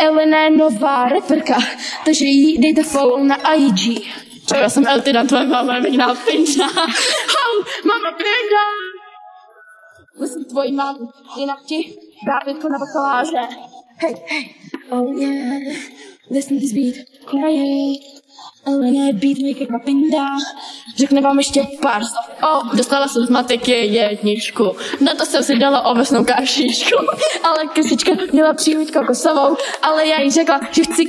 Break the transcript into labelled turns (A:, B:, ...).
A: Elena je nová reperka, takže jí dejte follow na IG.
B: Čau, já jsem Eltida, tvoje máma je pěkná pinda.
A: Mama pinda! Musím tvojí mám, jinak ti dá větko na bakaláře. Hej, hej. Oh yeah, listen to this beat. Crying. Elena je beatmaker na pinda. Řekne vám ještě pár slov.
B: O, dostala jsem z matiky jedničku. Na to jsem si dala ovesnou kašičku. Ale kysička měla příliš kokosovou, ale já jí řekla, že chci